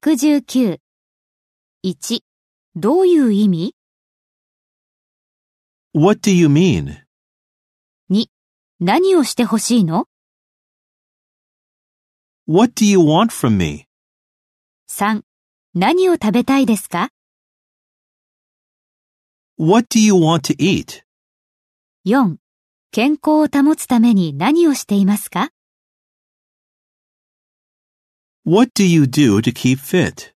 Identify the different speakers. Speaker 1: 119.1. どういう意味
Speaker 2: What do you mean?
Speaker 1: 2. 何をしてほしいの
Speaker 2: What do you want from me?
Speaker 1: ?3. 何を食べたいですか
Speaker 2: What do you want to eat?
Speaker 1: ?4. 健康を保つために何をしていますか
Speaker 2: What do you do to keep fit?